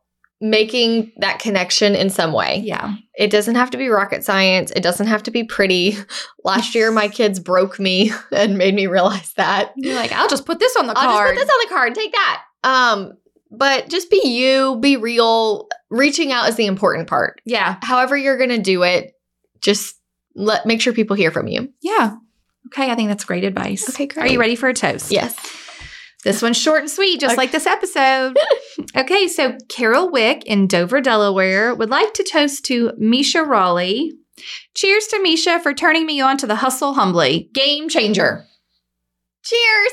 Speaker 3: making that connection in some way.
Speaker 4: Yeah.
Speaker 3: It doesn't have to be rocket science. It doesn't have to be pretty. Last year, my kids broke me and made me realize that.
Speaker 4: You're like, I'll just put this on the
Speaker 3: I'll
Speaker 4: card.
Speaker 3: just put this on the card. Take that. Um, but just be you, be real. Reaching out is the important part.
Speaker 4: yeah.
Speaker 3: However, you're gonna do it, just let make sure people hear from you.
Speaker 4: Yeah. Okay. I think that's great advice.
Speaker 3: Okay,
Speaker 4: Are
Speaker 3: great.
Speaker 4: you ready for a toast?
Speaker 3: Yes.
Speaker 4: This one's short and sweet, just
Speaker 3: Okay.
Speaker 4: like this episode. okay, so Carol Wick in Dover, Delaware would like to toast to Misha Raleigh. Cheers to Misha for turning me on to the hustle humbly. Game changer.
Speaker 3: Cheers.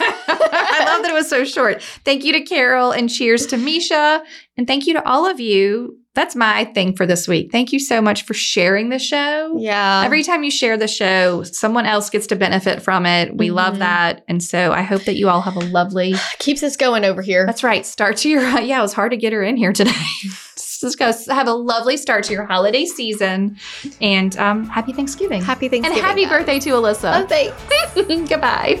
Speaker 4: I love that it was so short. Thank you to Carol and cheers to Misha. And thank you to all of you. That's my thing for this week. Thank you so much for sharing the show.
Speaker 3: yeah.
Speaker 4: Every time you share the show, someone else gets to benefit from it. We love
Speaker 3: Mhm.
Speaker 4: that. And so I hope that you all have a lovely
Speaker 3: keeps us going over here.
Speaker 4: that's right. Start to your yeah. It was hard to get her in here today. Just go have a lovely start to your holiday season, and um, happy Thanksgiving.
Speaker 3: Happy
Speaker 4: and
Speaker 3: Thanksgiving.
Speaker 4: happy birthday to
Speaker 3: Oh,
Speaker 4: Alyssa.
Speaker 3: thanks.
Speaker 4: Goodbye.